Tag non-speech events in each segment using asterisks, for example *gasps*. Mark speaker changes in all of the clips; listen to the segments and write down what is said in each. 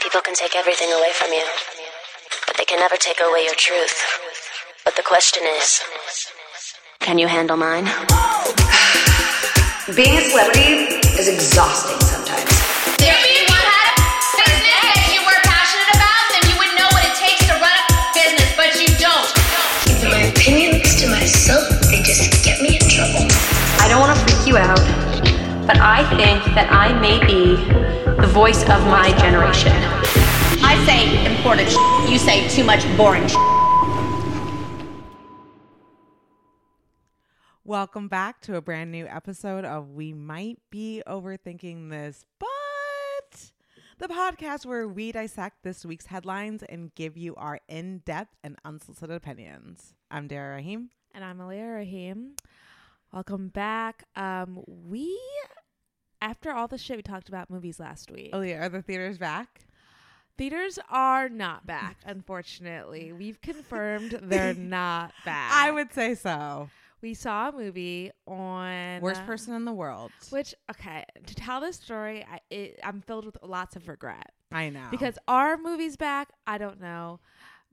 Speaker 1: People can take everything away from you, but they can never take away your truth. But the question is can you handle mine?
Speaker 2: Being a celebrity is exhausting sometimes.
Speaker 3: If you had a business that you were passionate about, then you would know what it takes to run a business, but you don't.
Speaker 4: My opinions to myself, they just get me in trouble.
Speaker 5: I don't want to freak you out, but I think that I may be the voice of my generation.
Speaker 6: I say important sh- you say too much boring sh-
Speaker 7: Welcome back to a brand new episode of We Might Be Overthinking This, but the podcast where we dissect this week's headlines and give you our in depth and unsolicited opinions. I'm Dara Rahim.
Speaker 8: And I'm Alia Rahim. Welcome back. Um, we, after all the shit we talked about movies last week,
Speaker 7: Olivia, are the theaters back?
Speaker 8: theaters are not back, unfortunately. We've confirmed
Speaker 7: *laughs*
Speaker 8: they're not back.
Speaker 7: I would say so.
Speaker 8: We saw a movie on.
Speaker 7: Worst person in the world.
Speaker 8: Which, okay, to tell this story, I, it, I'm filled with lots of regret.
Speaker 7: I know.
Speaker 8: Because our movie's back, I don't know.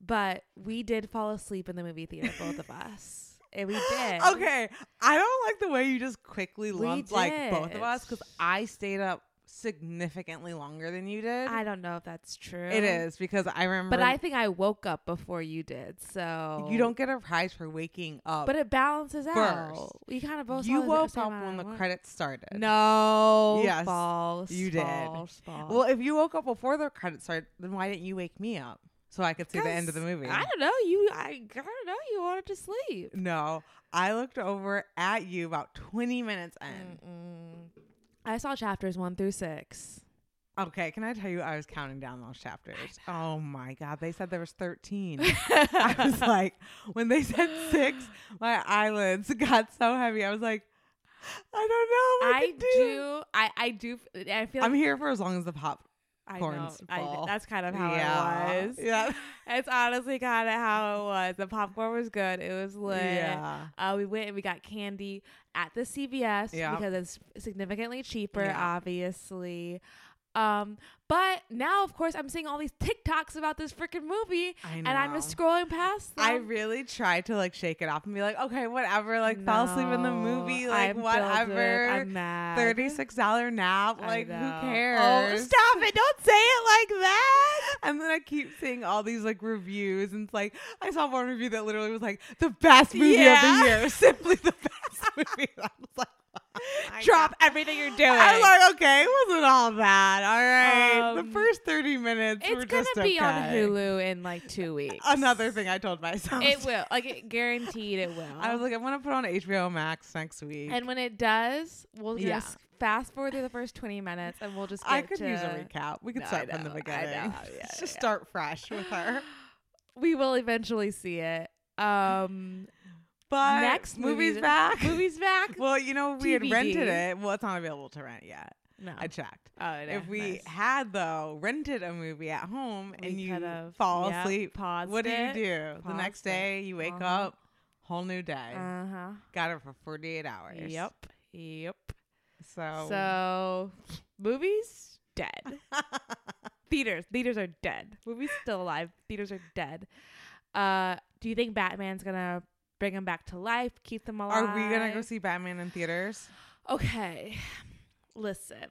Speaker 8: But we did fall asleep in the movie theater, both of us.
Speaker 7: *gasps*
Speaker 8: And we did.
Speaker 7: okay, I don't like the way you just quickly
Speaker 8: We
Speaker 7: lumped like both of
Speaker 8: did.
Speaker 7: us because I stayed up significantly longer than you did.
Speaker 8: I don't know if that's true.
Speaker 7: it is because I remember.
Speaker 8: But I think I woke up before you did, so
Speaker 7: Uh-huh. You don't get a prize for waking up.
Speaker 8: But it balances out.
Speaker 7: First,
Speaker 8: We kind of both.
Speaker 7: you
Speaker 8: saw the
Speaker 7: woke
Speaker 8: same
Speaker 7: up
Speaker 8: amount
Speaker 7: when
Speaker 8: of
Speaker 7: the
Speaker 8: work.
Speaker 7: credits started.
Speaker 8: No.
Speaker 7: Yes,
Speaker 8: False.
Speaker 7: you did.
Speaker 8: false, false.
Speaker 7: Well, if you woke up before the credits started, then why didn't you wake me up so I could see the end of the
Speaker 8: 'Cause
Speaker 7: movie?
Speaker 8: I don't know. You. I, I don't know. You wanted to sleep.
Speaker 7: no, I looked over at you about 20 minutes in.
Speaker 8: I saw chapters one through six.
Speaker 7: Okay, can I tell you I was counting down those chapters? Oh my god, they said there was
Speaker 8: *laughs*
Speaker 7: 13. *laughs* I was like, when they said 6, my eyelids *laughs* got so heavy. I was like, I don't know. What
Speaker 8: I
Speaker 7: to
Speaker 8: do. I. I do. I feel.
Speaker 7: I'm
Speaker 8: like
Speaker 7: here for as long as the pop.
Speaker 8: I know.
Speaker 7: Corns
Speaker 8: I,
Speaker 7: fall.
Speaker 8: that's kind of how
Speaker 7: Yeah.
Speaker 8: it was.
Speaker 7: Yeah.
Speaker 8: *laughs* It's honestly kind of how it was. The popcorn was good. It was lit.
Speaker 7: Yeah.
Speaker 8: Uh, we went and we got candy at the CVS
Speaker 7: Yeah.
Speaker 8: because it's significantly cheaper,
Speaker 7: Yeah.
Speaker 8: obviously. Um, but now, of course, I'm seeing all these TikToks about this freaking movie,
Speaker 7: I
Speaker 8: and I'm just scrolling past. Them.
Speaker 7: I really tried to like shake it off and be like, okay, whatever. Like, fell asleep in the
Speaker 8: No,
Speaker 7: movie. Like,
Speaker 8: I'm
Speaker 7: whatever.
Speaker 8: Filled with, I'm mad.
Speaker 7: Thirty-six dollar nap.
Speaker 8: I
Speaker 7: Like, who
Speaker 8: know.
Speaker 7: cares?
Speaker 8: Oh, stop it! Don't say it like that.
Speaker 7: *laughs* And then I keep seeing all these like reviews, and it's like I saw one review that literally was like the best movie of
Speaker 8: Yeah.
Speaker 7: the year, *laughs* simply the best *laughs* movie. And I was
Speaker 8: *laughs*
Speaker 7: like, oh my
Speaker 8: Drop
Speaker 7: God.
Speaker 8: everything *laughs* you're doing.
Speaker 7: I was like, okay, it wasn't all that. All right, the
Speaker 8: Um,
Speaker 7: first thirty minutes. were
Speaker 8: it's gonna
Speaker 7: just
Speaker 8: be on
Speaker 7: okay.
Speaker 8: Hulu in like two
Speaker 7: *laughs*
Speaker 8: weeks.
Speaker 7: Another thing I told *laughs* myself.
Speaker 8: It will. Like it, guaranteed it will.
Speaker 7: I was like, I'm gonna put on HBO Max next week.
Speaker 8: and when it does, we'll just
Speaker 7: Yeah.
Speaker 8: fast forward through the first 20 minutes and we'll just get
Speaker 7: I could use
Speaker 8: to-
Speaker 7: a recap. We could
Speaker 8: No, I
Speaker 7: start from the
Speaker 8: know, I
Speaker 7: beginning. *laughs*
Speaker 8: know, yeah,
Speaker 7: Just
Speaker 8: yeah, yeah.
Speaker 7: start fresh with her.
Speaker 8: We will eventually see it.
Speaker 7: *laughs*
Speaker 8: Um
Speaker 7: But
Speaker 8: next
Speaker 7: movie's
Speaker 8: movie-
Speaker 7: back.
Speaker 8: *laughs* Movies back.
Speaker 7: Well, you know, we had rented
Speaker 8: TBD.
Speaker 7: it. Well, it's not available to rent yet.
Speaker 8: no.
Speaker 7: I checked.
Speaker 8: Oh, no,
Speaker 7: if we
Speaker 8: nice.
Speaker 7: had though rented a movie at home
Speaker 8: We
Speaker 7: and you
Speaker 8: could've,
Speaker 7: fall
Speaker 8: yep,
Speaker 7: asleep,
Speaker 8: paused
Speaker 7: what do you
Speaker 8: it,
Speaker 7: do? The
Speaker 8: paused
Speaker 7: next
Speaker 8: it.
Speaker 7: day you wake
Speaker 8: Uh-huh.
Speaker 7: up, whole new day.
Speaker 8: uh-huh.
Speaker 7: Got it for 48 hours.
Speaker 8: Yep. Yep.
Speaker 7: So,
Speaker 8: So movies
Speaker 7: *laughs*
Speaker 8: dead. Theaters. Theaters are dead. Movies still alive. Theaters are dead. Uh do you think Batman's gonna bring them back to life, keep them alive?
Speaker 7: are we going to go see Batman in theaters?
Speaker 8: Okay. Listen.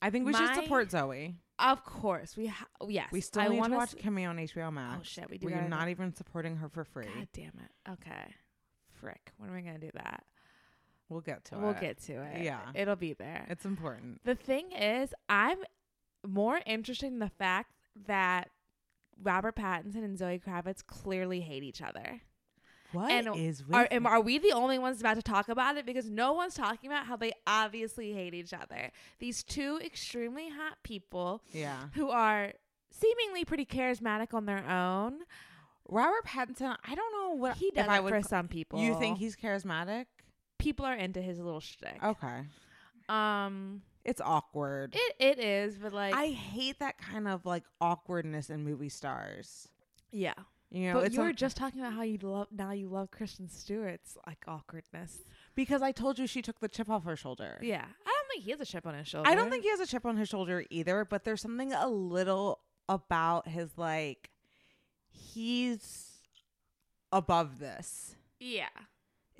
Speaker 7: I think we should
Speaker 8: My-
Speaker 7: support Zoe.
Speaker 8: Of course, we ha- oh, yes.
Speaker 7: We still
Speaker 8: I
Speaker 7: need to
Speaker 8: wanna
Speaker 7: watch
Speaker 8: s- Oh,
Speaker 7: Cameo on HBO Max.
Speaker 8: shit, we do
Speaker 7: We're
Speaker 8: gotta-
Speaker 7: not even supporting her for free.
Speaker 8: God damn it. Okay. Frick. When are we gonna do that?
Speaker 7: We'll get to it.
Speaker 8: we'll get to it.
Speaker 7: Yeah.
Speaker 8: It'll be there.
Speaker 7: It's important.
Speaker 8: the thing is, I'm more interested in the fact that Robert Pattinson and Zoe Kravitz clearly hate each other.
Speaker 7: What is
Speaker 8: and
Speaker 7: with
Speaker 8: are, am, are we the only ones about to talk about it? Because no one's talking about how they obviously hate each other. These two extremely hot people
Speaker 7: Yeah.
Speaker 8: who are seemingly pretty charismatic on their own.
Speaker 7: Robert Pattinson, I don't know what
Speaker 8: He does
Speaker 7: if I
Speaker 8: it
Speaker 7: would
Speaker 8: for
Speaker 7: ca-
Speaker 8: some people.
Speaker 7: You think he's charismatic?
Speaker 8: people are into his little shtick?
Speaker 7: Okay.
Speaker 8: Um,
Speaker 7: It's awkward.
Speaker 8: it it is, but like,
Speaker 7: I hate that kind of like awkwardness in movie stars.
Speaker 8: yeah.
Speaker 7: You know,
Speaker 8: but
Speaker 7: it's
Speaker 8: you
Speaker 7: a-
Speaker 8: were just talking about how you love now you love Kristen Stewart's like awkwardness.
Speaker 7: because I told you she took the chip off her shoulder.
Speaker 8: Yeah, I don't think he has a chip on his shoulder.
Speaker 7: I don't think he has a chip on his shoulder either, but there's something a little about his like he's above this.
Speaker 8: Yeah.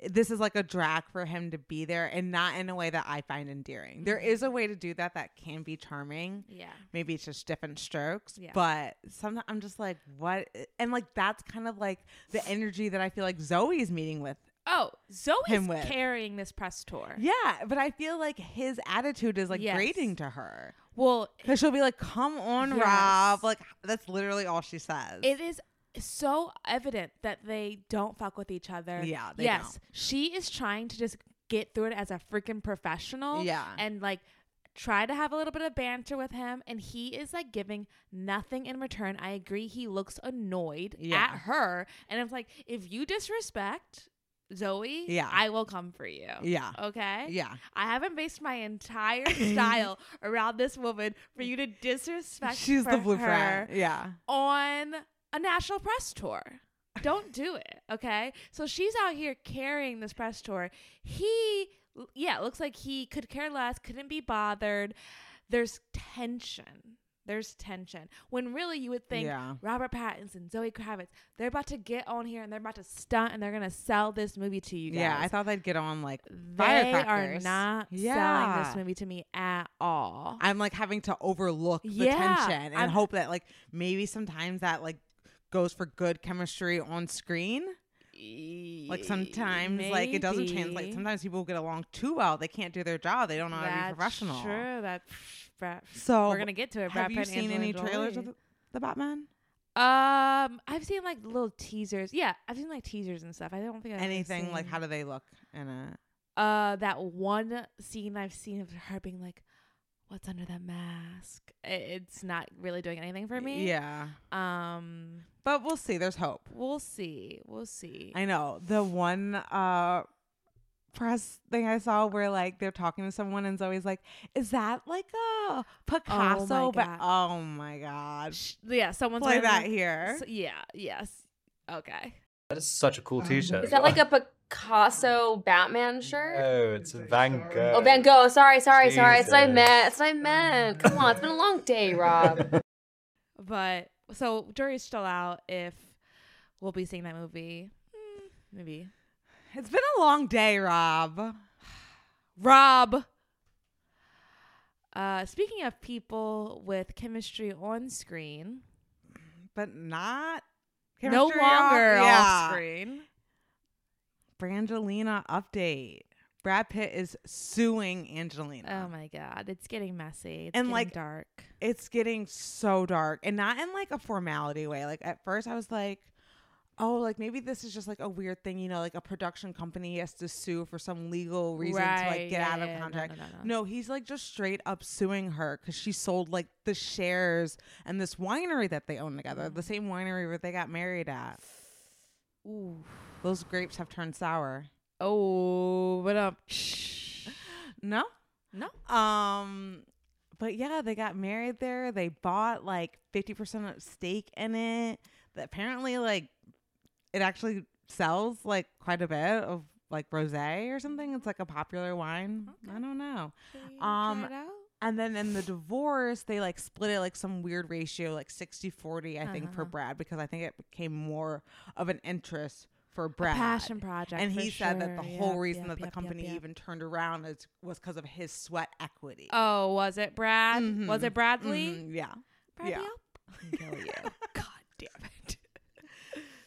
Speaker 7: This is like a drag for him to be there and not in a way that I find endearing. There is a way to do that that can be charming.
Speaker 8: Yeah.
Speaker 7: Maybe it's just different strokes,
Speaker 8: Yeah.
Speaker 7: but sometimes I'm just like, what? And like, that's kind of like the energy that I feel like Zoe's meeting with
Speaker 8: Oh, Zoe's
Speaker 7: Him with.
Speaker 8: carrying this press tour.
Speaker 7: Yeah, but I feel like his attitude is like
Speaker 8: Yes.
Speaker 7: grating to her.
Speaker 8: Well,
Speaker 7: Because she'll be like, come on,
Speaker 8: Yes.
Speaker 7: Rob. Like, that's literally all she says.
Speaker 8: it is so evident that they don't fuck with each other.
Speaker 7: Yeah, they
Speaker 8: yes, she is trying to just get through it as a freaking professional.
Speaker 7: Yeah.
Speaker 8: and like try to have a little bit of banter with him, and he is like giving nothing in return. I agree. He looks annoyed
Speaker 7: Yeah.
Speaker 8: at her, and it's like if you disrespect Zoe,
Speaker 7: Yeah.
Speaker 8: I will come for you.
Speaker 7: Yeah.
Speaker 8: Okay.
Speaker 7: Yeah.
Speaker 8: I haven't based
Speaker 7: *laughs*
Speaker 8: my entire style around this woman for you to disrespect.
Speaker 7: *laughs* She's
Speaker 8: for
Speaker 7: the
Speaker 8: her
Speaker 7: blueprint. Yeah.
Speaker 8: on a national press tour. Don't do it, okay? So she's out here carrying this press tour. He, l- yeah, looks like he could care less, couldn't be bothered. There's tension. There's tension. When really you would think
Speaker 7: Yeah.
Speaker 8: Robert Pattinson, Zoe Kravitz, they're about to get on here and they're about to stunt and they're going to sell this movie to you guys.
Speaker 7: Yeah. I thought they'd get on like
Speaker 8: they are
Speaker 7: firecrackers.
Speaker 8: not selling
Speaker 7: Yeah.
Speaker 8: this movie to me at all.
Speaker 7: I'm like having to overlook the
Speaker 8: Yeah,
Speaker 7: tension and
Speaker 8: I'm-
Speaker 7: hope that like maybe sometimes that like goes for good chemistry on screen. Like sometimes like it doesn't
Speaker 8: Maybe.
Speaker 7: translate. Sometimes people get along too well. They can't do their job. They don't know how to be professional.
Speaker 8: True. That. Brad,
Speaker 7: So
Speaker 8: we're gonna get to it. Brad
Speaker 7: Have you
Speaker 8: Pitt,
Speaker 7: seen
Speaker 8: Angelina
Speaker 7: any trailers of
Speaker 8: Jolie.
Speaker 7: the, the Batman?
Speaker 8: Um, I've seen like little teasers. Yeah, I've seen like teasers and stuff. I don't think I've really
Speaker 7: Anything like
Speaker 8: seen-
Speaker 7: how do they look in a
Speaker 8: uh that one scene I've seen of her being like, "What's under that mask?" I- It's not really doing anything for me.
Speaker 7: Yeah,
Speaker 8: Um,
Speaker 7: but we'll see. There's hope.
Speaker 8: we'll see. We'll see.
Speaker 7: I know the one uh press thing I saw where like they're talking to someone and Zoe's like, "Is that like a Picasso?"
Speaker 8: Oh God.
Speaker 7: But oh my god,
Speaker 8: Sh- yeah, someone's
Speaker 7: play
Speaker 8: gonna-
Speaker 7: that here.
Speaker 8: S- yeah. Yes. Okay.
Speaker 9: That is such a cool T-shirt.
Speaker 10: Is that
Speaker 9: *laughs*
Speaker 10: like a Picasso Batman shirt?
Speaker 9: No, it's Van Gogh.
Speaker 10: Oh, Van Gogh. Sorry, sorry, sorry. That's what I
Speaker 9: Jesus.
Speaker 10: meant. That's what I meant. Come on, it's been a long day, Rob.
Speaker 8: But so jury's still out if we'll be seeing that movie. Mm, Maybe.
Speaker 7: It's been a long day, Rob.
Speaker 8: Rob. Uh, speaking of people with chemistry on screen,
Speaker 7: But not
Speaker 8: no
Speaker 7: chemistry off-
Speaker 8: longer
Speaker 7: yeah.
Speaker 8: off screen.
Speaker 7: Brangelina update. Brad Pitt is suing Angelina.
Speaker 8: Oh my god, it's getting messy. It's
Speaker 7: And,
Speaker 8: getting
Speaker 7: like,
Speaker 8: dark.
Speaker 7: it's getting so dark and not in like a formality way like at first i was like oh like maybe this is just like a weird thing you know like a production company has to sue for some legal reason to
Speaker 8: Right,
Speaker 7: like get
Speaker 8: yeah,
Speaker 7: out
Speaker 8: yeah,
Speaker 7: of
Speaker 8: no,
Speaker 7: contract
Speaker 8: no, no, no.
Speaker 7: he's like just straight up suing her because she sold like the shares and this winery that they own together
Speaker 8: Mm.
Speaker 7: the same winery where they got married at
Speaker 8: Ooh.
Speaker 7: those grapes have turned sour
Speaker 8: Oh, but um,
Speaker 7: no
Speaker 8: no.
Speaker 7: Um, but yeah, they got married there. They bought like fifty percent of stake in it. That apparently, like, it actually sells like quite a bit of like rosé or something. It's like a popular wine. I don't know. Um, And then in the divorce, they like split it like some weird ratio, like 60 40, I think,
Speaker 8: Uh-huh.
Speaker 7: for Brad, because I think it became more of an interest for Brad.
Speaker 8: passion project,
Speaker 7: And
Speaker 8: for
Speaker 7: he said that the
Speaker 8: sure.
Speaker 7: whole
Speaker 8: Yep,
Speaker 7: reason
Speaker 8: yep,
Speaker 7: that the
Speaker 8: yep, yep,
Speaker 7: company
Speaker 8: yep.
Speaker 7: even turned around is, was because of his sweat equity.
Speaker 8: Oh, was it Brad? Was
Speaker 7: Mhm.
Speaker 8: it Bradley?
Speaker 7: Mhm, yeah.
Speaker 8: Bradley
Speaker 7: Yeah.
Speaker 8: up. *laughs* Kill you.
Speaker 7: *laughs*
Speaker 8: God damn it.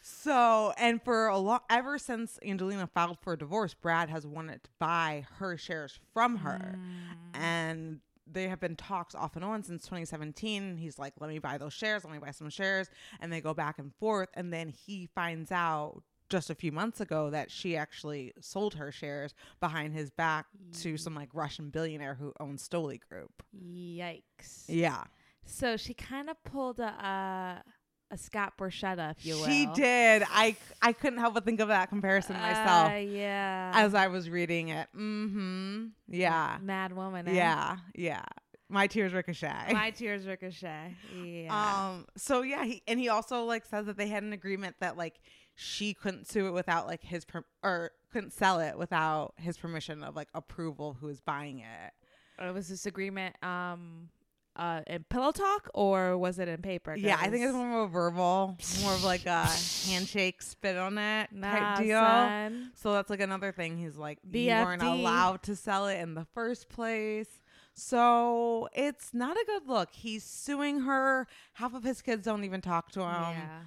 Speaker 7: So, and for a long, ever since Angelina filed for divorce, Brad has wanted to buy her shares from her.
Speaker 8: Mm.
Speaker 7: And they have been talks off and on since 2017. He's like, let me buy those shares, let me buy some shares. And they go back and forth. And then he finds out just a few months ago that she actually sold her shares behind his back to some like Russian billionaire who owns Stoli Group.
Speaker 8: Yikes.
Speaker 7: Yeah.
Speaker 8: So she kind of pulled a, a a Scott Borchetta, if you will.
Speaker 7: She did. I, I couldn't help but think of that comparison myself.
Speaker 8: Uh, yeah.
Speaker 7: as I was reading it. Mm-hmm. Yeah.
Speaker 8: Mad woman. eh?
Speaker 7: Yeah. Yeah. My tears ricochet. *laughs*
Speaker 8: My tears ricochet. Yeah.
Speaker 7: Um. So yeah, he and he also like says that they had an agreement that like she couldn't sue it without like his per- or couldn't sell it without his permission of like approval who is buying it.
Speaker 8: it was this agreement um uh, in pillow talk or was it in paper?
Speaker 7: Yeah, I think it's
Speaker 8: guys?
Speaker 7: more of a verbal, more of like
Speaker 8: *laughs*
Speaker 7: a handshake, spit on it
Speaker 8: Nah,
Speaker 7: type deal.
Speaker 8: son.
Speaker 7: So that's like another thing. He's like, you weren't
Speaker 8: BFD.
Speaker 7: allowed to sell it in the first place. So it's not a good look. He's suing her. Half of his kids don't even talk to him.
Speaker 8: Yeah.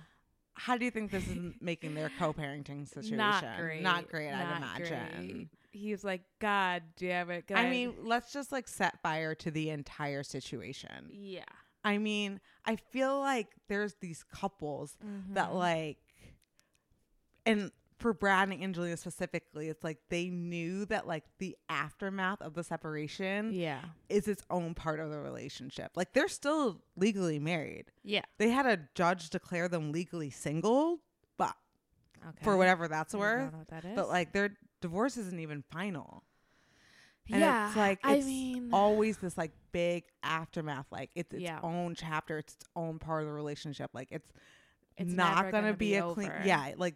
Speaker 7: How do you think this is
Speaker 8: *laughs*
Speaker 7: m- making their co-parenting situation?
Speaker 8: Not great.
Speaker 7: Not great, I'd
Speaker 8: not
Speaker 7: imagine.
Speaker 8: great. He was like, God damn it.
Speaker 7: I
Speaker 8: guys."
Speaker 7: mean, let's just like set fire to the entire situation.
Speaker 8: yeah.
Speaker 7: I mean, I feel like there's these couples
Speaker 8: Mm-hmm.
Speaker 7: that like and for Brad and Angelina specifically, it's like they knew that like the aftermath of the separation
Speaker 8: Yeah.
Speaker 7: is its own part of the relationship. Like they're still legally married.
Speaker 8: Yeah.
Speaker 7: They had a judge declare them legally single, but
Speaker 8: Okay.
Speaker 7: for whatever that's
Speaker 8: I don't
Speaker 7: worth.
Speaker 8: know what that is.
Speaker 7: But like their divorce isn't even final. And
Speaker 8: yeah,
Speaker 7: it's like
Speaker 8: I
Speaker 7: it's
Speaker 8: mean,
Speaker 7: always this like big aftermath. Like it's its
Speaker 8: Yeah.
Speaker 7: own chapter. It's its own part of the relationship. Like it's,
Speaker 8: It's
Speaker 7: not
Speaker 8: never
Speaker 7: gonna,
Speaker 8: gonna
Speaker 7: be,
Speaker 8: be
Speaker 7: a clean.
Speaker 8: over.
Speaker 7: Yeah, like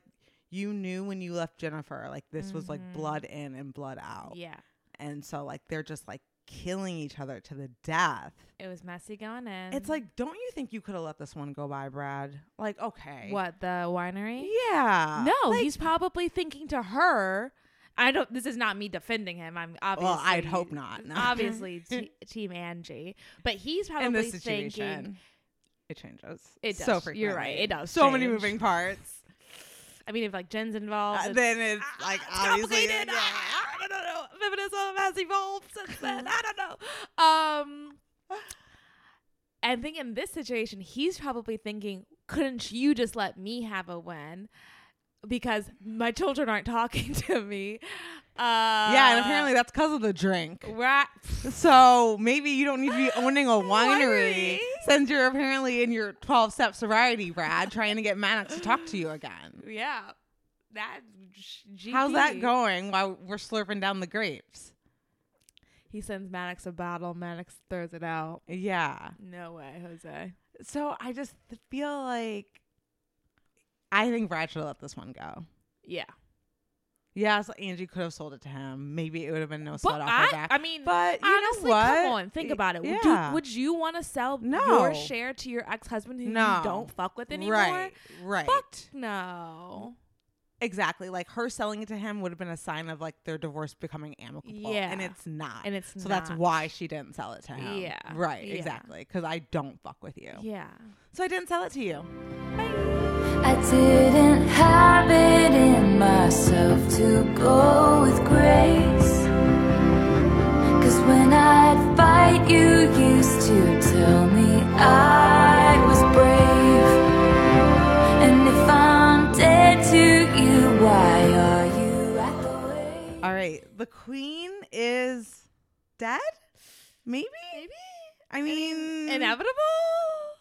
Speaker 7: you knew when you left Jennifer. Like this was like blood
Speaker 8: Mm-hmm.
Speaker 7: in and blood out.
Speaker 8: yeah,
Speaker 7: And so like they're just like killing each other to the death.
Speaker 8: it was messy going in.
Speaker 7: It's like, don't you think you could have let this one go by, Brad? Like okay,
Speaker 8: what the winery?
Speaker 7: Yeah.
Speaker 8: No, he's probably thinking to her. I don't. This is not me defending him. I'm obviously.
Speaker 7: Well, I'd hope not. *laughs* No.
Speaker 8: Obviously, t- Team Angie, but he's probably
Speaker 7: in this
Speaker 8: thinking.
Speaker 7: situation, it changes.
Speaker 8: It
Speaker 7: So
Speaker 8: does. You're right.
Speaker 7: frequently.
Speaker 8: It does
Speaker 7: So many
Speaker 8: change.
Speaker 7: moving parts.
Speaker 8: I mean, if like Jen's
Speaker 7: Uh,
Speaker 8: involved, it's-
Speaker 7: then it's like
Speaker 8: Ah, it's
Speaker 7: obviously
Speaker 8: complicated.
Speaker 7: yeah.
Speaker 8: Ah, I don't know. Feminism has evolved since
Speaker 7: *laughs*
Speaker 8: then. I don't know. Um, I think in this situation, he's probably thinking, "Couldn't you just let me have a win?" Because my children aren't talking to me. Uh,
Speaker 7: yeah, and apparently that's because of the drink.
Speaker 8: right. *laughs*
Speaker 7: So maybe you don't need
Speaker 8: *gasps*
Speaker 7: to be owning a winery
Speaker 8: Winery.
Speaker 7: since you're apparently in your 12 step sobriety, Brad, trying to get Maddox to talk
Speaker 8: *gasps*
Speaker 7: to you again.
Speaker 8: Yeah, that. GP.
Speaker 7: How's that going while we're slurping down the grapes?
Speaker 8: He sends Maddox a bottle. Maddox throws it out.
Speaker 7: Yeah.
Speaker 8: No way, Jose.
Speaker 7: So I just feel like I think Brad should have let this one go.
Speaker 8: Yeah,
Speaker 7: Yes, Angie could have sold it to him. Maybe it would have been no
Speaker 8: but
Speaker 7: sweat off her
Speaker 8: I,
Speaker 7: back.
Speaker 8: I mean,
Speaker 7: but you
Speaker 8: honestly,
Speaker 7: know what?
Speaker 8: come on, think
Speaker 7: I-
Speaker 8: about it. Would you-
Speaker 7: yeah.
Speaker 8: Would you, want to sell
Speaker 7: No.
Speaker 8: your share to your ex husband who
Speaker 7: No.
Speaker 8: you don't fuck with anymore?
Speaker 7: Right, right.
Speaker 8: Fuck no.
Speaker 7: Exactly. Like her selling it to him would have been a sign of like their divorce becoming amicable.
Speaker 8: Yeah.
Speaker 7: And it's not.
Speaker 8: And it's
Speaker 7: so that's
Speaker 8: not.
Speaker 7: why she didn't sell it to him.
Speaker 8: Yeah.
Speaker 7: Right.
Speaker 8: Yeah.
Speaker 7: Exactly. Because I don't fuck with you.
Speaker 8: Yeah.
Speaker 7: So I didn't sell it to you.
Speaker 4: I didn't have it in myself to go with grace. Cause when I'd fight, you used to tell me I was brave. And if I'm dead to you, why are you at the way?
Speaker 7: All right. The queen is dead? Maybe? Maybe. I mean,
Speaker 8: Inevitable?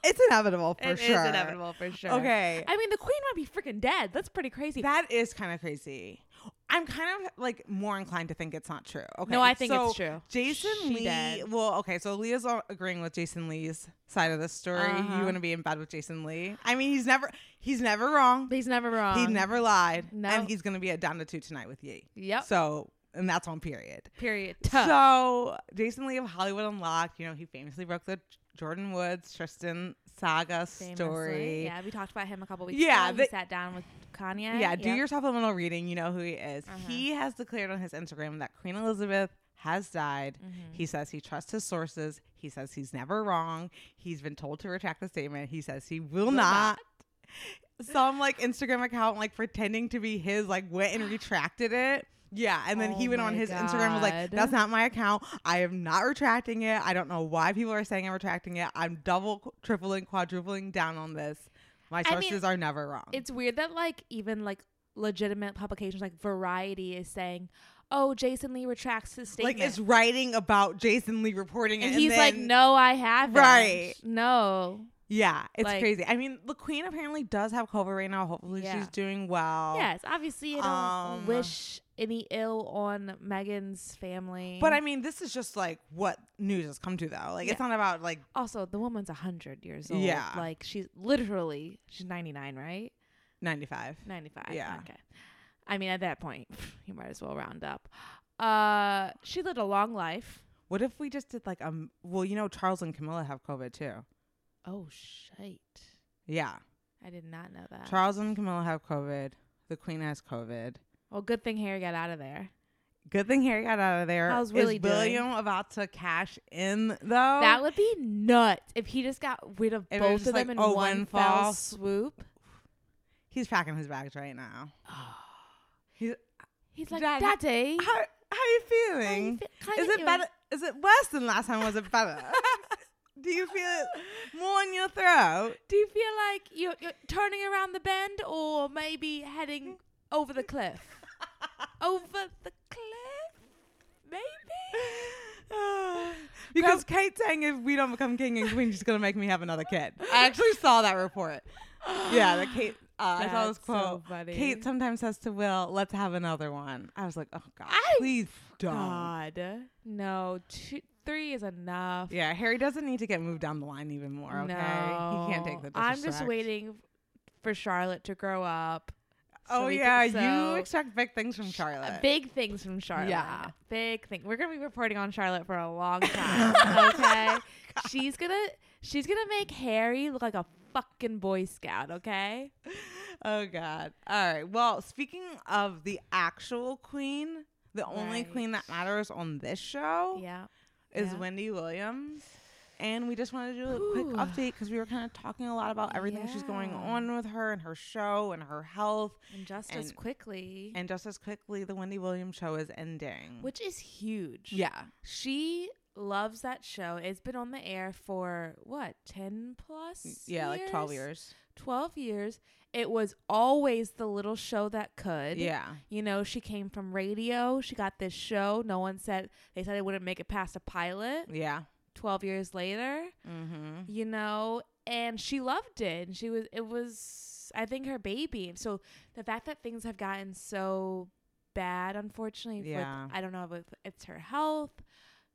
Speaker 7: it's inevitable Mm. for
Speaker 8: It is
Speaker 7: sure.
Speaker 8: inevitable for sure.
Speaker 7: Okay.
Speaker 8: I mean, the queen might be freaking dead. That's pretty crazy.
Speaker 7: That is kind of crazy. I'm kind of like more inclined to think it's not true. Okay.
Speaker 8: No, I think it's
Speaker 7: so
Speaker 8: true.
Speaker 7: Jason
Speaker 8: She
Speaker 7: Lee.
Speaker 8: dead.
Speaker 7: Well, okay. So Leah's all agreeing with Jason Lee's side of the story. You
Speaker 8: Uh-huh.
Speaker 7: want to be in bed with Jason Lee? I mean, he's never he's never wrong.
Speaker 8: He's never wrong.
Speaker 7: He never lied.
Speaker 8: No.
Speaker 7: And he's gonna be at down to two tonight with Ye.
Speaker 8: Yep.
Speaker 7: So and that's on period.
Speaker 8: Period.
Speaker 7: So Jason Lee of Hollywood Unlocked, you know, he famously broke the Jordan Woods Tristan saga
Speaker 8: Famously.
Speaker 7: story.
Speaker 8: Yeah, we talked about him a couple weeks
Speaker 7: Yeah,
Speaker 8: ago.
Speaker 7: the-
Speaker 8: he sat down with Kanye.
Speaker 7: Yeah, do
Speaker 8: Yep. Uh-huh.
Speaker 7: your supplemental reading. You know who he is. He has declared on his Instagram that Queen Elizabeth has died.
Speaker 8: Mm-hmm.
Speaker 7: He says he trusts his sources. He says he's never wrong. He's been told to retract the statement. He says he will not. *laughs* Some like Instagram account like pretending to be his like went
Speaker 8: *gasps*
Speaker 7: and retracted it. Yeah, and then he
Speaker 8: Oh
Speaker 7: went on
Speaker 8: my
Speaker 7: his Instagram and was like,
Speaker 8: God.
Speaker 7: "That's not my account. I am not retracting it. I don't know why people are saying I'm retracting it. I'm double, tripling, quadrupling down on this. My
Speaker 8: I mean,
Speaker 7: sources are never wrong."
Speaker 8: it's weird that like even like legitimate publications like Variety is saying, "Oh, Jason Lee retracts his statement."
Speaker 7: Like it's writing about Jason Lee reporting it,
Speaker 8: and he's like,
Speaker 7: then-
Speaker 8: "No, I haven't."
Speaker 7: Right.
Speaker 8: No.
Speaker 7: yeah, it's
Speaker 8: like-
Speaker 7: crazy." I mean, the Queen apparently does have COVID right now. Hopefully,
Speaker 8: Yeah.
Speaker 7: she's doing well.
Speaker 8: Yes, obviously, I don't
Speaker 7: Oh. Um,
Speaker 8: wish any ill on Megan's family.
Speaker 7: But I mean, this is just like what news has come to, though. Like, it's
Speaker 8: Yeah.
Speaker 7: not about like
Speaker 8: also the woman's hundred years old.
Speaker 7: Yeah.
Speaker 8: like she's literally she's ninety nine, right?
Speaker 7: 95.
Speaker 8: 95.
Speaker 7: Yeah.
Speaker 8: Okay. *laughs* I mean, at that point, you might as well round up. Uh, she lived a long life.
Speaker 7: What if we just did like um? Well, you know, Charles and Camilla have COVID too.
Speaker 8: Oh shit!
Speaker 7: Yeah,
Speaker 8: I did not know that.
Speaker 7: Charles and Camilla have COVID. The Queen has COVID.
Speaker 8: well, good thing Harry got out of there.
Speaker 7: Good thing Harry got out of there.
Speaker 8: How's Willie
Speaker 7: Is
Speaker 8: doing?
Speaker 7: William about to cash in though?
Speaker 8: That would be nuts if he just got rid of
Speaker 7: If it was
Speaker 8: both
Speaker 7: just
Speaker 8: of them
Speaker 7: like, oh,
Speaker 8: in one
Speaker 7: one
Speaker 8: fell
Speaker 7: fall
Speaker 8: swoop.
Speaker 7: He's packing his bags right now. He's,
Speaker 8: He's like,
Speaker 7: Dad,
Speaker 8: Daddy,
Speaker 7: how, how are you feeling?
Speaker 8: fe- kinda
Speaker 7: is it
Speaker 8: doing-
Speaker 7: better? Is it worse than last time? Was it better? *laughs* Do you feel it more in your
Speaker 8: *sighs*
Speaker 7: throat?
Speaker 8: do you feel like you're, you're turning around the bend or maybe heading over the *laughs* cliff? over the cliff? *laughs* Maybe?
Speaker 7: because Kate's saying if we don't become king and queen, she's gonna make me have another
Speaker 8: *laughs*
Speaker 7: kid. I actually saw that report. *gasps* Yeah, the Kate. Uh, I saw this
Speaker 8: That's so
Speaker 7: quote.
Speaker 8: funny.
Speaker 7: Kate sometimes says to Will, "Let's have another one." I was like, "Oh God,
Speaker 8: I-
Speaker 7: please
Speaker 8: Oh.
Speaker 7: don't."
Speaker 8: God. No, two, three is enough.
Speaker 7: Yeah, Harry doesn't need to get moved down the line even more. Okay, he can't take the.
Speaker 8: No. I'm just
Speaker 7: disrespect.
Speaker 8: waiting for Charlotte to grow up. so
Speaker 7: oh
Speaker 8: we can-
Speaker 7: yeah,
Speaker 8: so-
Speaker 7: you expect big things from Charlotte.
Speaker 8: Big things from Charlotte.
Speaker 7: Uh, Yeah.
Speaker 8: Big thing. We're gonna be reporting on Charlotte for a
Speaker 7: *laughs*
Speaker 8: long time. Okay. she's gonna she's gonna make Harry look like a fucking Boy Scout, okay?
Speaker 7: oh God. All right. Well, speaking of the actual queen, the only
Speaker 8: Right.
Speaker 7: queen that matters on this show
Speaker 8: Yeah.
Speaker 7: is
Speaker 8: yeah.
Speaker 7: Wendy Williams. And we just wanted to do a quick
Speaker 8: Whew.
Speaker 7: update because we were kind of talking a lot about everything she's going
Speaker 8: Yeah.
Speaker 7: on with her and her show and her health.
Speaker 8: And just as
Speaker 7: And-
Speaker 8: quickly.
Speaker 7: And just as quickly, the Wendy Williams show is ending.
Speaker 8: which is huge.
Speaker 7: yeah,
Speaker 8: She loves that show. It's been on the air for what, ten plus?
Speaker 7: yeah, like twelve years.
Speaker 8: 12 years. It was always the little show that could.
Speaker 7: Yeah,
Speaker 8: You know, she came from radio. She got this show. No one said, they said it wouldn't make it past a pilot.
Speaker 7: yeah.
Speaker 8: 12 years later,
Speaker 7: Mm-hmm.
Speaker 8: you know, and she loved it. And she was, it was, I think, her baby. So the fact that things have gotten so bad, unfortunately,
Speaker 7: Yeah.
Speaker 8: with, I don't know if it's her health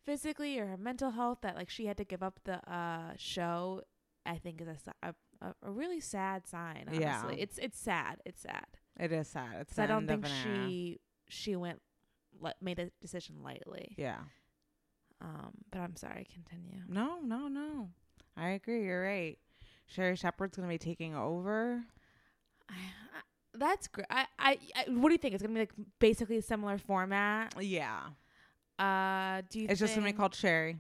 Speaker 8: physically or her mental health, that like she had to give up the uh, show, I think is a, si- a, a- a really sad sign, honestly.
Speaker 7: Yeah.
Speaker 8: It's, it's sad. It's sad.
Speaker 7: It is sad. It's.
Speaker 8: So I
Speaker 7: the
Speaker 8: don't
Speaker 7: end
Speaker 8: think
Speaker 7: of an era.
Speaker 8: she she went le- made a decision lightly.
Speaker 7: Yeah.
Speaker 8: Um, but I'm sorry. Continue.
Speaker 7: No, no, no. I agree. You're right. Sherry Shepard's gonna be taking over.
Speaker 8: I, I, that's great. I, I I what do you think? It's gonna be like basically a similar format.
Speaker 7: Yeah.
Speaker 8: Uh, do you?
Speaker 7: It's just gonna be
Speaker 8: think- Oh,
Speaker 7: called Sherry.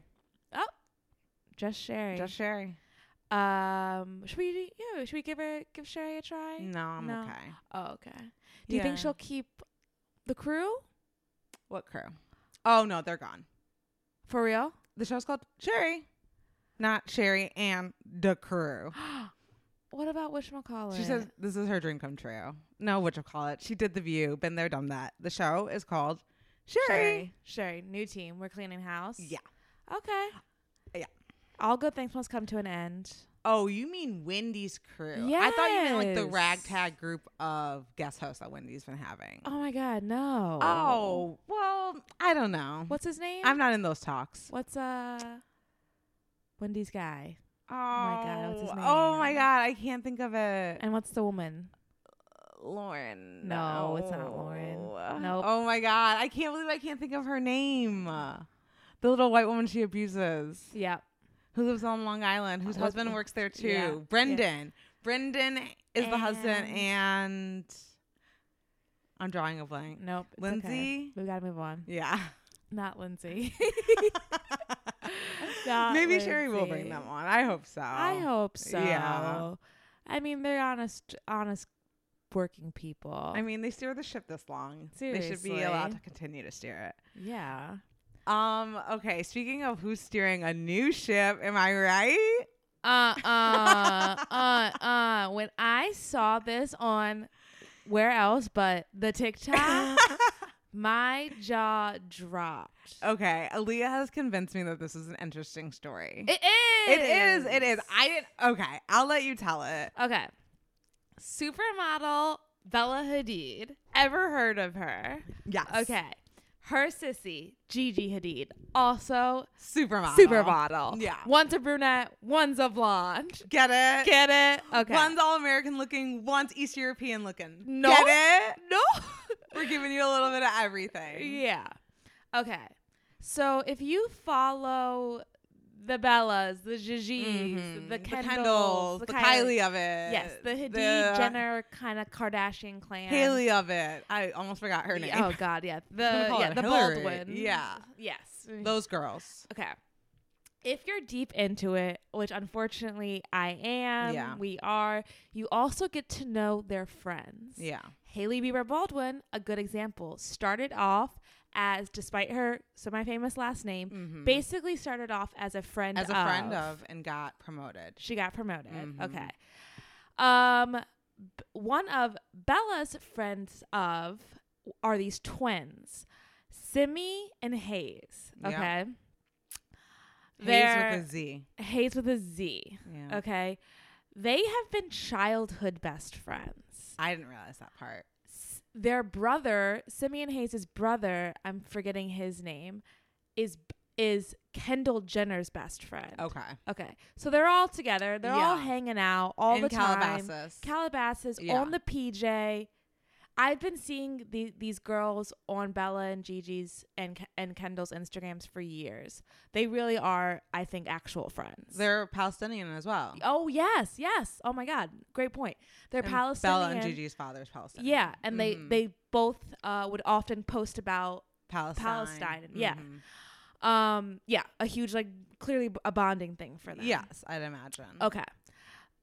Speaker 8: Just Sherry.
Speaker 7: Just Sherry.
Speaker 8: um, should we? Yeah, should we give her give Sherry a try?
Speaker 7: No, I'm
Speaker 8: No.
Speaker 7: okay.
Speaker 8: Oh, okay. Do you think
Speaker 7: Yeah.
Speaker 8: she'll keep the crew
Speaker 7: What crew? Oh no, they're gone.
Speaker 8: for real?
Speaker 7: The show's called Sherry, not Sherry and the
Speaker 8: *gasps*
Speaker 7: crew.
Speaker 8: What about whatchamacallit?
Speaker 7: She says this is her dream come true. No, what you call it? She did the View, been there, done that. The show is called Sherry.
Speaker 8: Sherry. Sherry, new team. We're cleaning house.
Speaker 7: Yeah. Uh,
Speaker 8: Okay.
Speaker 7: Yeah.
Speaker 8: All good things must come to an end.
Speaker 7: Oh, you mean Wendy's crew? I thought you meant like the
Speaker 8: Yes.
Speaker 7: ragtag group of guest hosts that Wendy's been having.
Speaker 8: Oh my God, no.
Speaker 7: Oh, well, I don't know.
Speaker 8: What's his name?
Speaker 7: I'm not in those talks.
Speaker 8: What's uh Wendy's guy?
Speaker 7: Oh
Speaker 8: my God, what's his
Speaker 7: Oh my
Speaker 8: name?
Speaker 7: god, I can't think of it.
Speaker 8: And what's the woman?
Speaker 7: Lauren.
Speaker 8: No, it's not Lauren. Nope.
Speaker 7: Oh my god, I can't believe I can't think of her name. The little white woman she abuses,
Speaker 8: Yeah.
Speaker 7: who lives on Long Island, whose
Speaker 8: What-
Speaker 7: husband works there too.
Speaker 8: yeah, yeah.
Speaker 7: Brendan. Brendan is the husband,
Speaker 8: And-
Speaker 7: and I'm drawing a blank.
Speaker 8: Nope. it's okay.
Speaker 7: Lindsay.
Speaker 8: We gotta move on. *laughs*
Speaker 7: Yeah. *laughs*
Speaker 8: Not Lindsay. Not
Speaker 7: Maybe Sherry will bring
Speaker 8: Lindsay.
Speaker 7: them on. I hope so.
Speaker 8: Uh, I hope so.
Speaker 7: Yeah.
Speaker 8: I mean, they're honest, honest working people.
Speaker 7: I mean, they steer the ship this long. They should be allowed
Speaker 8: Seriously.
Speaker 7: to continue to steer it.
Speaker 8: yeah.
Speaker 7: Um. Okay. Speaking of who's steering a new ship, am I right?
Speaker 8: uh uh uh uh when i saw this on where else but
Speaker 7: *laughs*
Speaker 8: the tiktok my jaw dropped
Speaker 7: Okay. Aaliyah has convinced me that this is an interesting story.
Speaker 8: it is
Speaker 7: it is. It is. I didn't. Okay. I'll let you tell it.
Speaker 8: okay supermodel bella hadid ever heard of her
Speaker 7: Yes.
Speaker 8: okay her sissy gigi hadid also
Speaker 7: Supermodel.
Speaker 8: supermodel
Speaker 7: Yeah.
Speaker 8: one's a brunette one's a blonde
Speaker 7: Get it.
Speaker 8: get it okay
Speaker 7: One's all American looking. One's East European looking.
Speaker 8: No.
Speaker 7: Get it.
Speaker 8: no
Speaker 7: *laughs* We're giving you a little bit of everything.
Speaker 8: Yeah. Okay. So if you follow the Bellas, the Gigi's,
Speaker 7: Mhm.
Speaker 8: the Kendalls,
Speaker 7: Kendalls, the, Kylie. of it.
Speaker 8: yes, the Hadid Jenner kind of Kardashian clan,
Speaker 7: Haley of it. I almost forgot her name.
Speaker 8: Yeah, Oh God, yeah, the
Speaker 7: gonna call
Speaker 8: yeah,
Speaker 7: it
Speaker 8: the
Speaker 7: Hillary.
Speaker 8: Baldwin,
Speaker 7: Yeah.
Speaker 8: yes,
Speaker 7: Those girls.
Speaker 8: Okay. If you're deep into it, which unfortunately I am,
Speaker 7: Yeah.
Speaker 8: we are, you also get to know their friends.
Speaker 7: Yeah.
Speaker 8: Haley Bieber Baldwin, a good example, started off as, despite her semi famous last name, basically started off as a friend
Speaker 7: Mm-hmm. As a friend of and got promoted.
Speaker 8: She got promoted.
Speaker 7: Mm-hmm.
Speaker 8: Okay. Um, b- one of Bella's friends of are these twins, Simi and Hayes.
Speaker 7: Yeah.
Speaker 8: Okay.
Speaker 7: Hayes
Speaker 8: They're-
Speaker 7: with a Z.
Speaker 8: Hayes with a Z.
Speaker 7: Yeah.
Speaker 8: Okay. They have been childhood best friends.
Speaker 7: I didn't realize that part.
Speaker 8: S- Their brother, Simeon Hayes' brother, I'm forgetting his name, is is Kendall Jenner's best friend.
Speaker 7: Okay.
Speaker 8: Okay. So they're all together. They're all
Speaker 7: Yeah.
Speaker 8: hanging out all
Speaker 7: In
Speaker 8: the time.
Speaker 7: Calabasas.
Speaker 8: Calabasas
Speaker 7: Yeah.
Speaker 8: on the PJ. I've been seeing the, these girls on Bella and Gigi's and Ke- and Kendall's Instagrams for years. They really are, I think, actual friends.
Speaker 7: They're Palestinian as well.
Speaker 8: Oh yes, yes. Oh my God, great point. They're
Speaker 7: And
Speaker 8: Palestinian.
Speaker 7: Bella and Gigi's father is Palestinian.
Speaker 8: Yeah, and
Speaker 7: Mhm.
Speaker 8: they they both uh, would often post about
Speaker 7: Palestine.
Speaker 8: Palestine. Yeah.
Speaker 7: Mhm.
Speaker 8: um yeah a huge like clearly b- a bonding thing for them.
Speaker 7: Yes, I'd imagine.
Speaker 8: Okay.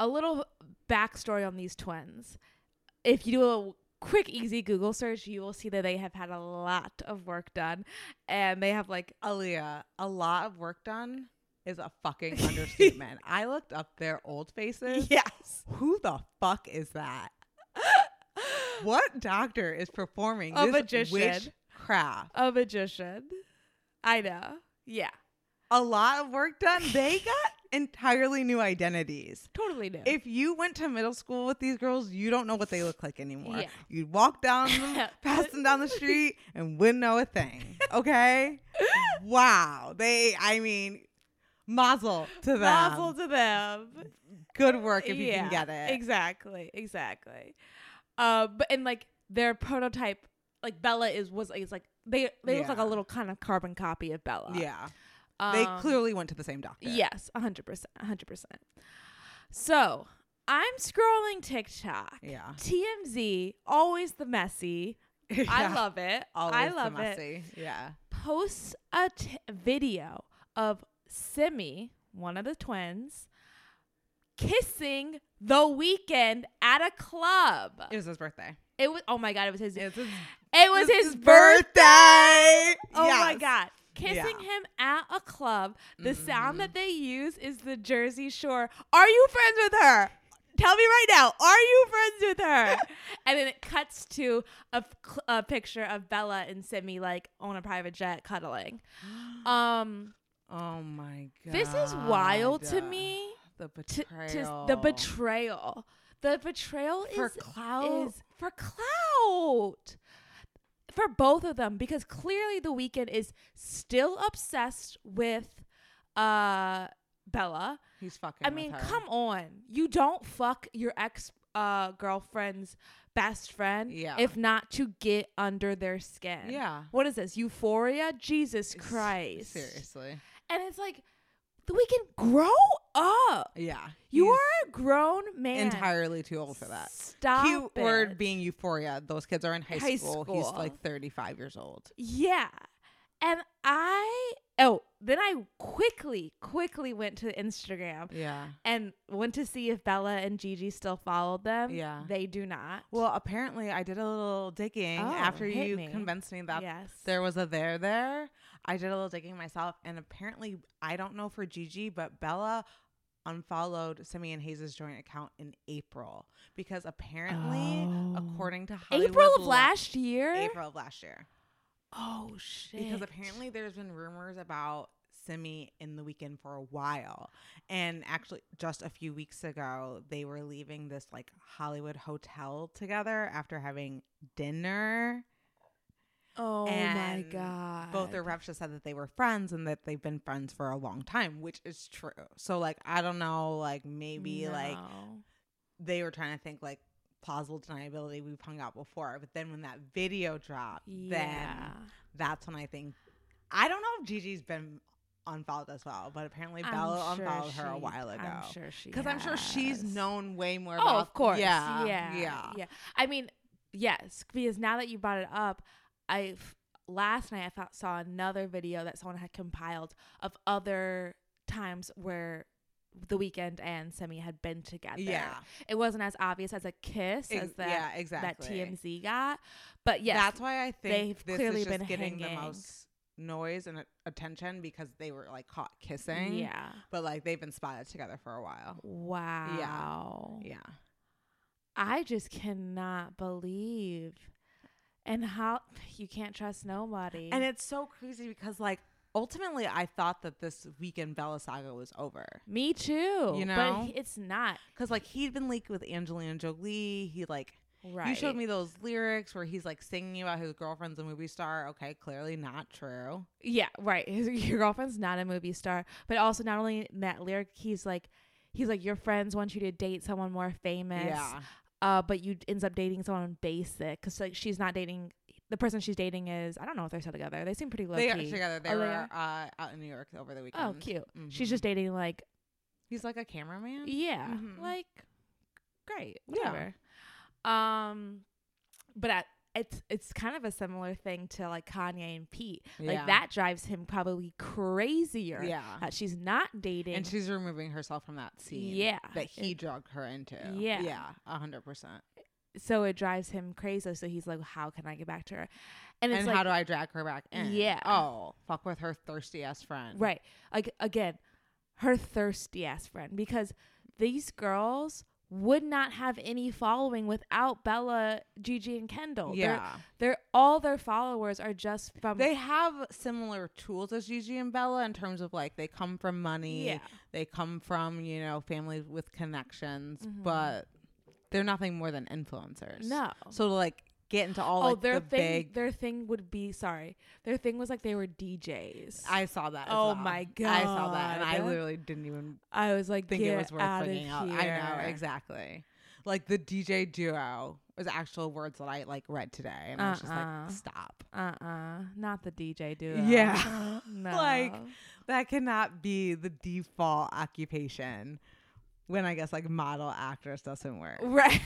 Speaker 8: A little backstory on these twins. If you do a quick easy Google search, you will see that they have had a lot of work done, and they
Speaker 7: *laughs*
Speaker 8: have like
Speaker 7: Aaliyah, a lot of work done is a
Speaker 8: *laughs*
Speaker 7: fucking understatement. I looked up their old faces.
Speaker 8: yes.
Speaker 7: Who the fuck is
Speaker 8: *laughs*
Speaker 7: that? what doctor is performing
Speaker 8: A
Speaker 7: this
Speaker 8: magician.
Speaker 7: witchcraft?
Speaker 8: A magician. I know. Yeah.
Speaker 7: A lot of work done. They
Speaker 8: *laughs*
Speaker 7: got entirely new identities.
Speaker 8: Totally new.
Speaker 7: If you went to middle school with these girls, you don't know what they look like anymore.
Speaker 8: Yeah.
Speaker 7: You'd walk down
Speaker 8: *laughs*
Speaker 7: them, pass them down the *laughs* street, and wouldn't know a thing.
Speaker 8: *laughs*
Speaker 7: Okay? wow. They, I mean, mazel to them.
Speaker 8: Mazel to them.
Speaker 7: Good work if you can
Speaker 8: Yeah,
Speaker 7: get it.
Speaker 8: Exactly. Exactly. Uh, but and like their prototype, like Bella is was is like they they look like
Speaker 7: Yeah.
Speaker 8: a little kind of carbon copy of Bella.
Speaker 7: Yeah. They
Speaker 8: Um,
Speaker 7: clearly went to the same doctor.
Speaker 8: Yes, hundred percent, hundred percent. So I'm scrolling TikTok.
Speaker 7: Yeah.
Speaker 8: TMZ, always the messy. I
Speaker 7: *laughs* Yeah.
Speaker 8: love it.
Speaker 7: Always
Speaker 8: I
Speaker 7: the
Speaker 8: love it.
Speaker 7: messy. Yeah.
Speaker 8: Posts a t- video of Simi, one of the twins, kissing the weekend at a club.
Speaker 7: It was his birthday.
Speaker 8: It was oh my god, it was his.
Speaker 7: It was his,
Speaker 8: It was
Speaker 7: it's
Speaker 8: his birthday. Oh my
Speaker 7: Yes.
Speaker 8: god. Kissing
Speaker 7: Yeah. Mm-hmm.
Speaker 8: him at a club. The sound that they use is the Jersey Shore. Are you friends with her? Tell me right now. Are you friends with her?
Speaker 7: *laughs*
Speaker 8: and then it cuts to a, f- cl- a picture of Bella and Simi like on a private
Speaker 7: *gasps*
Speaker 8: jet cuddling. Um,
Speaker 7: Oh my god.
Speaker 8: this is wild to me.
Speaker 7: The
Speaker 8: To,
Speaker 7: betrayal.
Speaker 8: to the betrayal. The betrayal
Speaker 7: For
Speaker 8: is
Speaker 7: clout?
Speaker 8: is for clout for both of them because clearly the weekend is still obsessed with uh Bella.
Speaker 7: He's fucking.
Speaker 8: I
Speaker 7: with
Speaker 8: mean,
Speaker 7: her.
Speaker 8: come on. You don't fuck your ex uh girlfriend's best friend
Speaker 7: Yeah.
Speaker 8: if not to get under their skin.
Speaker 7: Yeah.
Speaker 8: What is this? Euphoria? Jesus
Speaker 7: S-
Speaker 8: Christ.
Speaker 7: Seriously.
Speaker 8: And it's like the weekend grow up.
Speaker 7: Yeah.
Speaker 8: You
Speaker 7: he's
Speaker 8: are a grown man.
Speaker 7: entirely too old for that.
Speaker 8: Stop
Speaker 7: Cute word
Speaker 8: it.
Speaker 7: being euphoria. Those kids are in high,
Speaker 8: High
Speaker 7: school. He's
Speaker 8: school.
Speaker 7: like 35 years old.
Speaker 8: Yeah. And I oh, then I quickly, quickly went to Instagram
Speaker 7: Yeah.
Speaker 8: and went to see if Bella and Gigi still followed them.
Speaker 7: Yeah.
Speaker 8: They do not.
Speaker 7: Well, apparently, I did a little digging
Speaker 8: Oh,
Speaker 7: after
Speaker 8: hit
Speaker 7: you
Speaker 8: me.
Speaker 7: convinced me that
Speaker 8: Yes.
Speaker 7: there was a there there. I did a little digging myself, and apparently, I don't know for Gigi, but Bella unfollowed Simeon Hayes' joint account in April because apparently, according to Hollywood
Speaker 8: Oh. April of
Speaker 7: Lo-
Speaker 8: last year?
Speaker 7: April of last year,
Speaker 8: Oh shit.
Speaker 7: because apparently there's been rumors about Simi in the weekend for a while, and actually, just a few weeks ago, they were leaving this like Hollywood hotel together after having dinner.
Speaker 8: Oh my
Speaker 7: and
Speaker 8: god.
Speaker 7: both their reps just said that they were friends and that they've been friends for a long time, which is true. So like I don't know, like maybe like
Speaker 8: No.
Speaker 7: they were trying to think like plausible deniability. We've hung out before, but then when that video dropped,
Speaker 8: Yeah.
Speaker 7: then that's when I think I don't know if Gigi's been unfollowed as well, but apparently
Speaker 8: I'm
Speaker 7: Bella
Speaker 8: sure
Speaker 7: unfollowed her a
Speaker 8: she-
Speaker 7: while ago.
Speaker 8: I'm sure she
Speaker 7: because I'm sure she's
Speaker 8: has.
Speaker 7: known way more.
Speaker 8: Oh,
Speaker 7: about-
Speaker 8: of course.
Speaker 7: Yeah,
Speaker 8: yeah,
Speaker 7: yeah.
Speaker 8: yeah. I mean, yes, because now that you brought it up, I last night I fou- saw another video that someone had compiled of other times where the weekend and Semi had been together.
Speaker 7: Yeah.
Speaker 8: it wasn't as obvious as a kiss
Speaker 7: Ex-
Speaker 8: as that.
Speaker 7: yeah, exactly.
Speaker 8: That TMZ got, but yes,
Speaker 7: That's why I think
Speaker 8: they've
Speaker 7: this
Speaker 8: clearly
Speaker 7: is just
Speaker 8: been
Speaker 7: getting
Speaker 8: hanging.
Speaker 7: the most noise and a- attention because they were like caught kissing.
Speaker 8: Yeah.
Speaker 7: but like they've been spotted together for a while.
Speaker 8: Wow.
Speaker 7: Yeah,
Speaker 8: I just cannot believe. And how you can't trust nobody.
Speaker 7: and it's so crazy because like ultimately I thought that this weekend Bella saga was over.
Speaker 8: Me too.
Speaker 7: You
Speaker 8: but
Speaker 7: know?
Speaker 8: he- it's not
Speaker 7: Because like he'd been leaked with Angelina Jolie. He like
Speaker 8: right.
Speaker 7: you showed me those lyrics where he's like singing about his girlfriend's a movie star. Okay, clearly not true.
Speaker 8: *laughs* yeah, right. *laughs* His, your girlfriend's not a movie star, but also not only in that lyric, he's like, he's like, your friends want you to date someone more famous.
Speaker 7: Yeah.
Speaker 8: Uh, but you ends up dating someone basic because like she's not dating the person she's dating is I don't know if they're still together. They seem pretty low
Speaker 7: They are
Speaker 8: key.
Speaker 7: together. They
Speaker 8: Oh,
Speaker 7: were
Speaker 8: are?
Speaker 7: uh, out in New York over the weekend. Mm-hmm.
Speaker 8: Oh, cute. She's just dating like
Speaker 7: He's like a cameraman.
Speaker 8: yeah,
Speaker 7: Mhm.
Speaker 8: like great,
Speaker 7: Yeah.
Speaker 8: whatever. Um, but at, it's it's kind of a similar thing to like Kanye and Pete.
Speaker 7: Yeah.
Speaker 8: Like that drives him probably crazier.
Speaker 7: Yeah.
Speaker 8: that she's not dating.
Speaker 7: And she's removing herself from that scene.
Speaker 8: Yeah.
Speaker 7: That he drugged her into.
Speaker 8: Yeah.
Speaker 7: Yeah. A hundred percent.
Speaker 8: so it drives him crazy. So he's like, how can I get back to her? And it's
Speaker 7: And
Speaker 8: like,
Speaker 7: how do I drag her back in?
Speaker 8: Yeah.
Speaker 7: Oh, fuck with her thirsty ass friend.
Speaker 8: Right. Like again, her thirsty ass friend because these girls would not have any following without Bella, Gigi, and Kendall. They're-
Speaker 7: Yeah.
Speaker 8: They're, all their followers are just from
Speaker 7: They have similar tools as Gigi and Bella in terms of like they come from money.
Speaker 8: Yeah.
Speaker 7: They come from, you know, families with connections, but they're nothing more than influencers.
Speaker 8: Mm-hmm. No.
Speaker 7: So to like get into all
Speaker 8: Oh,
Speaker 7: like,
Speaker 8: their
Speaker 7: the
Speaker 8: thing
Speaker 7: big
Speaker 8: their thing would be sorry. Their thing was like they were DJs. I,
Speaker 7: I saw that. as
Speaker 8: Oh
Speaker 7: well.
Speaker 8: my
Speaker 7: I saw that, and I
Speaker 8: God.
Speaker 7: literally didn't even
Speaker 8: was like
Speaker 7: think
Speaker 8: Get
Speaker 7: it was worth
Speaker 8: out
Speaker 7: bringing
Speaker 8: of
Speaker 7: up.
Speaker 8: Here.
Speaker 7: I know exactly. Like the DJ duo was actual words that I like read today, and I was just
Speaker 8: Uh-uh.
Speaker 7: like, stop.
Speaker 8: Uh uh Not the DJ duo. *laughs*
Speaker 7: Yeah, *laughs*
Speaker 8: No.
Speaker 7: like that cannot be the default occupation. When I guess like model actress doesn't work.
Speaker 8: Right.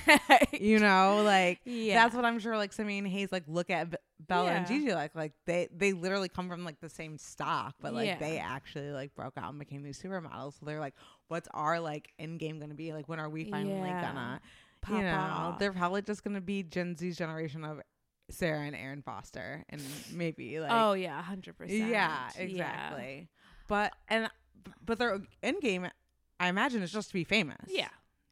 Speaker 7: You know, like
Speaker 8: Yeah.
Speaker 7: that's what I'm sure. Like Sammy and Hayes, like look at B- Bella and
Speaker 8: Yeah.
Speaker 7: Gigi, like like they they literally come from like the same stock, but like
Speaker 8: Yeah.
Speaker 7: they actually like broke out and became these supermodels. So they're like, what's our like end game gonna be? Like when are we finally
Speaker 8: Yeah.
Speaker 7: gonna?
Speaker 8: Pop
Speaker 7: you know,
Speaker 8: off.
Speaker 7: they're probably just gonna be Gen Z's generation of Sarah and Aaron Foster, and maybe like
Speaker 8: oh yeah, hundred percent.
Speaker 7: yeah, exactly. But and but their end game, I imagine, is just to be famous.
Speaker 8: Yeah,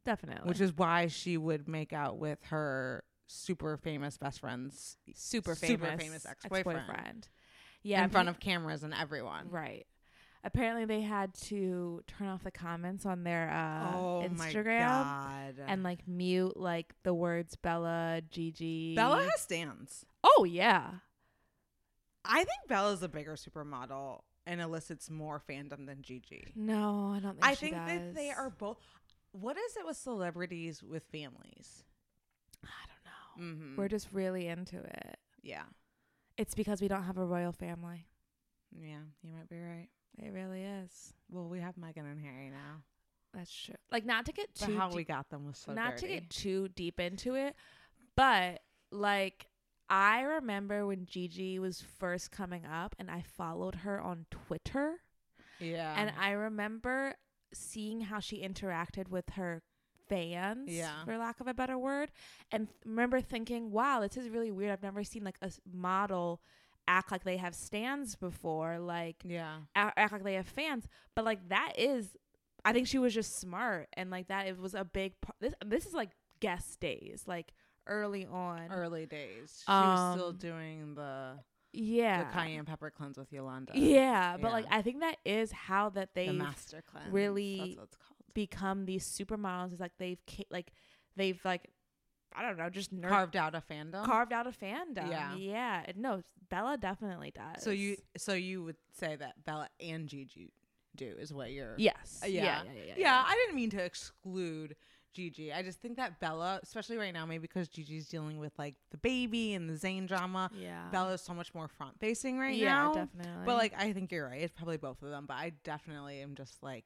Speaker 8: definitely.
Speaker 7: which is why she would make out with her super famous best friend's
Speaker 8: super
Speaker 7: super
Speaker 8: famous,
Speaker 7: famous ex-boyfriend.
Speaker 8: Yeah,
Speaker 7: in front
Speaker 8: appa-
Speaker 7: of cameras and everyone.
Speaker 8: right. Apparently, they had to turn off the comments on their uh,
Speaker 7: oh my
Speaker 8: Instagram
Speaker 7: god!
Speaker 8: and like mute like the words Bella, Gigi.
Speaker 7: Bella has stands.
Speaker 8: Oh yeah,
Speaker 7: I think Bella's a bigger supermodel and elicits more fandom than Gigi.
Speaker 8: no, I don't think
Speaker 7: I
Speaker 8: she
Speaker 7: think that they
Speaker 8: does.
Speaker 7: are both. What is it with celebrities with families?
Speaker 8: I don't know.
Speaker 7: Mm-hmm.
Speaker 8: We're just really into it.
Speaker 7: yeah,
Speaker 8: It's because we don't have a royal family.
Speaker 7: yeah. You might be right.
Speaker 8: It really is.
Speaker 7: Well, we have Meghan and Harry now.
Speaker 8: That's true. Like not to get
Speaker 7: But
Speaker 8: too
Speaker 7: how
Speaker 8: deep-
Speaker 7: we got them was so
Speaker 8: not
Speaker 7: dirty.
Speaker 8: to get too deep into it, but like I remember when Gigi was first coming up and I followed her on Twitter
Speaker 7: *laughs* yeah,
Speaker 8: and I remember seeing how she interacted with her fans
Speaker 7: Yeah.
Speaker 8: for lack of a better word and th- remember thinking wow this is really weird I've never seen like a s- model act like they have stands before like
Speaker 7: yeah.
Speaker 8: a- act like they have fans, but like that is, I think she was just smart and like that it was a big part. This this is like guest days, like early on.
Speaker 7: early days. She was still
Speaker 8: Um,
Speaker 7: doing the,
Speaker 8: yeah,
Speaker 7: the cayenne pepper cleanse with Yolanda.
Speaker 8: yeah, but
Speaker 7: Yeah.
Speaker 8: like I think that is how that
Speaker 7: the
Speaker 8: they
Speaker 7: master cleanse.
Speaker 8: really-
Speaker 7: that's what it's called.
Speaker 8: become these supermodels. Is like they've ca- like they've like I don't know, just ner-
Speaker 7: Carved out a fandom.
Speaker 8: carved out a fandom.
Speaker 7: Yeah.
Speaker 8: yeah. No, Bella definitely does.
Speaker 7: so you so you would say that Bella and Gigi do is what you're
Speaker 8: yes,
Speaker 7: Uh, yeah.
Speaker 8: yeah, yeah, yeah,
Speaker 7: I didn't mean to exclude Gigi. I just think that Bella, especially right now, maybe because Gigi's dealing with like the baby and the Zayn drama,
Speaker 8: Yeah.
Speaker 7: Bella's so much more front facing right
Speaker 8: Yeah,
Speaker 7: now.
Speaker 8: definitely.
Speaker 7: But like, I think you're right. It's probably both of them. But I definitely am just like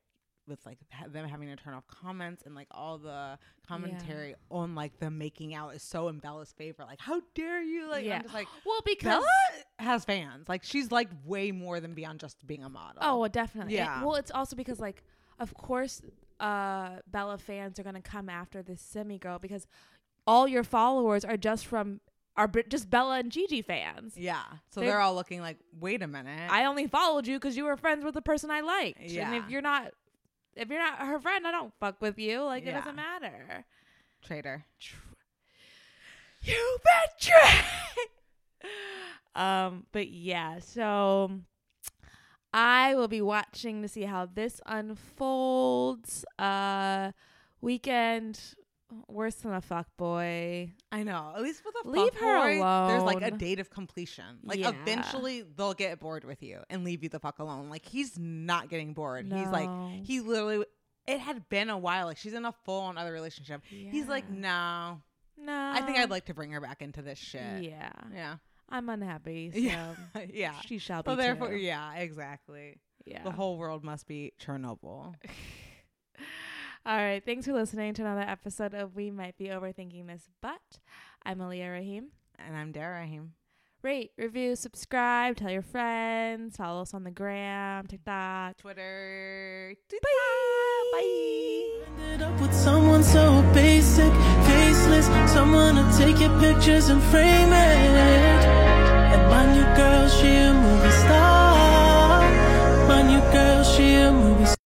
Speaker 7: with like ha- them having to turn off comments and like all the commentary on like the making out is so in Bella's favor. Like, how dare you? Like,
Speaker 8: Yeah.
Speaker 7: I'm just like,
Speaker 8: *gasps* Well, because-
Speaker 7: Bella has fans. Like, she's like way more than beyond just being a model.
Speaker 8: Oh, well, definitely. And-
Speaker 7: Yeah.
Speaker 8: well, it's also because like, of course, uh, Bella fans are gonna come after this semi girl because all your followers are just from are b- just Bella and Gigi fans.
Speaker 7: yeah. So
Speaker 8: They're-
Speaker 7: they're, all looking like, wait a minute.
Speaker 8: I only followed you because you were friends with the person I liked. And
Speaker 7: Yeah.
Speaker 8: if you're not, if you're not her friend, I don't fuck with you. Like it
Speaker 7: Yeah.
Speaker 8: doesn't matter.
Speaker 7: traitor.
Speaker 8: *sighs* You betray. um, but yeah, so I will be watching to see how this unfolds. Uh, weekend worse than a fuck boy.
Speaker 7: I know. At least with a
Speaker 8: Leave her
Speaker 7: fuckboy, There's like a
Speaker 8: alone.
Speaker 7: date of completion. Like
Speaker 8: Yeah.
Speaker 7: eventually they'll get bored with you and leave you the fuck alone. Like he's not getting bored. He's like
Speaker 8: No.
Speaker 7: he literally. It had been a while. Like she's in a full on other relationship. He's like,
Speaker 8: Yeah.
Speaker 7: no.
Speaker 8: No,
Speaker 7: I think I'd like to bring her back into this shit.
Speaker 8: Yeah,
Speaker 7: Yeah.
Speaker 8: I'm
Speaker 7: *laughs*
Speaker 8: unhappy. So
Speaker 7: Yeah. yeah.
Speaker 8: she shall be.
Speaker 7: So therefore,
Speaker 8: too.
Speaker 7: yeah, exactly.
Speaker 8: yeah.
Speaker 7: The whole world must be Chernobyl.
Speaker 8: All right. Thanks for listening to another episode of We Might Be Overthinking This, but I'm Aaliyah Rahim.
Speaker 7: and I'm Dara Rahim.
Speaker 8: Rate, review, subscribe, tell your friends, follow us on the gram, TikTok.
Speaker 7: Twitter.
Speaker 8: Bye.
Speaker 11: Ended up with someone so basic, faceless, someone to take your pictures and frame it. And my new girl, she a movie star. My new girl, she a movie star.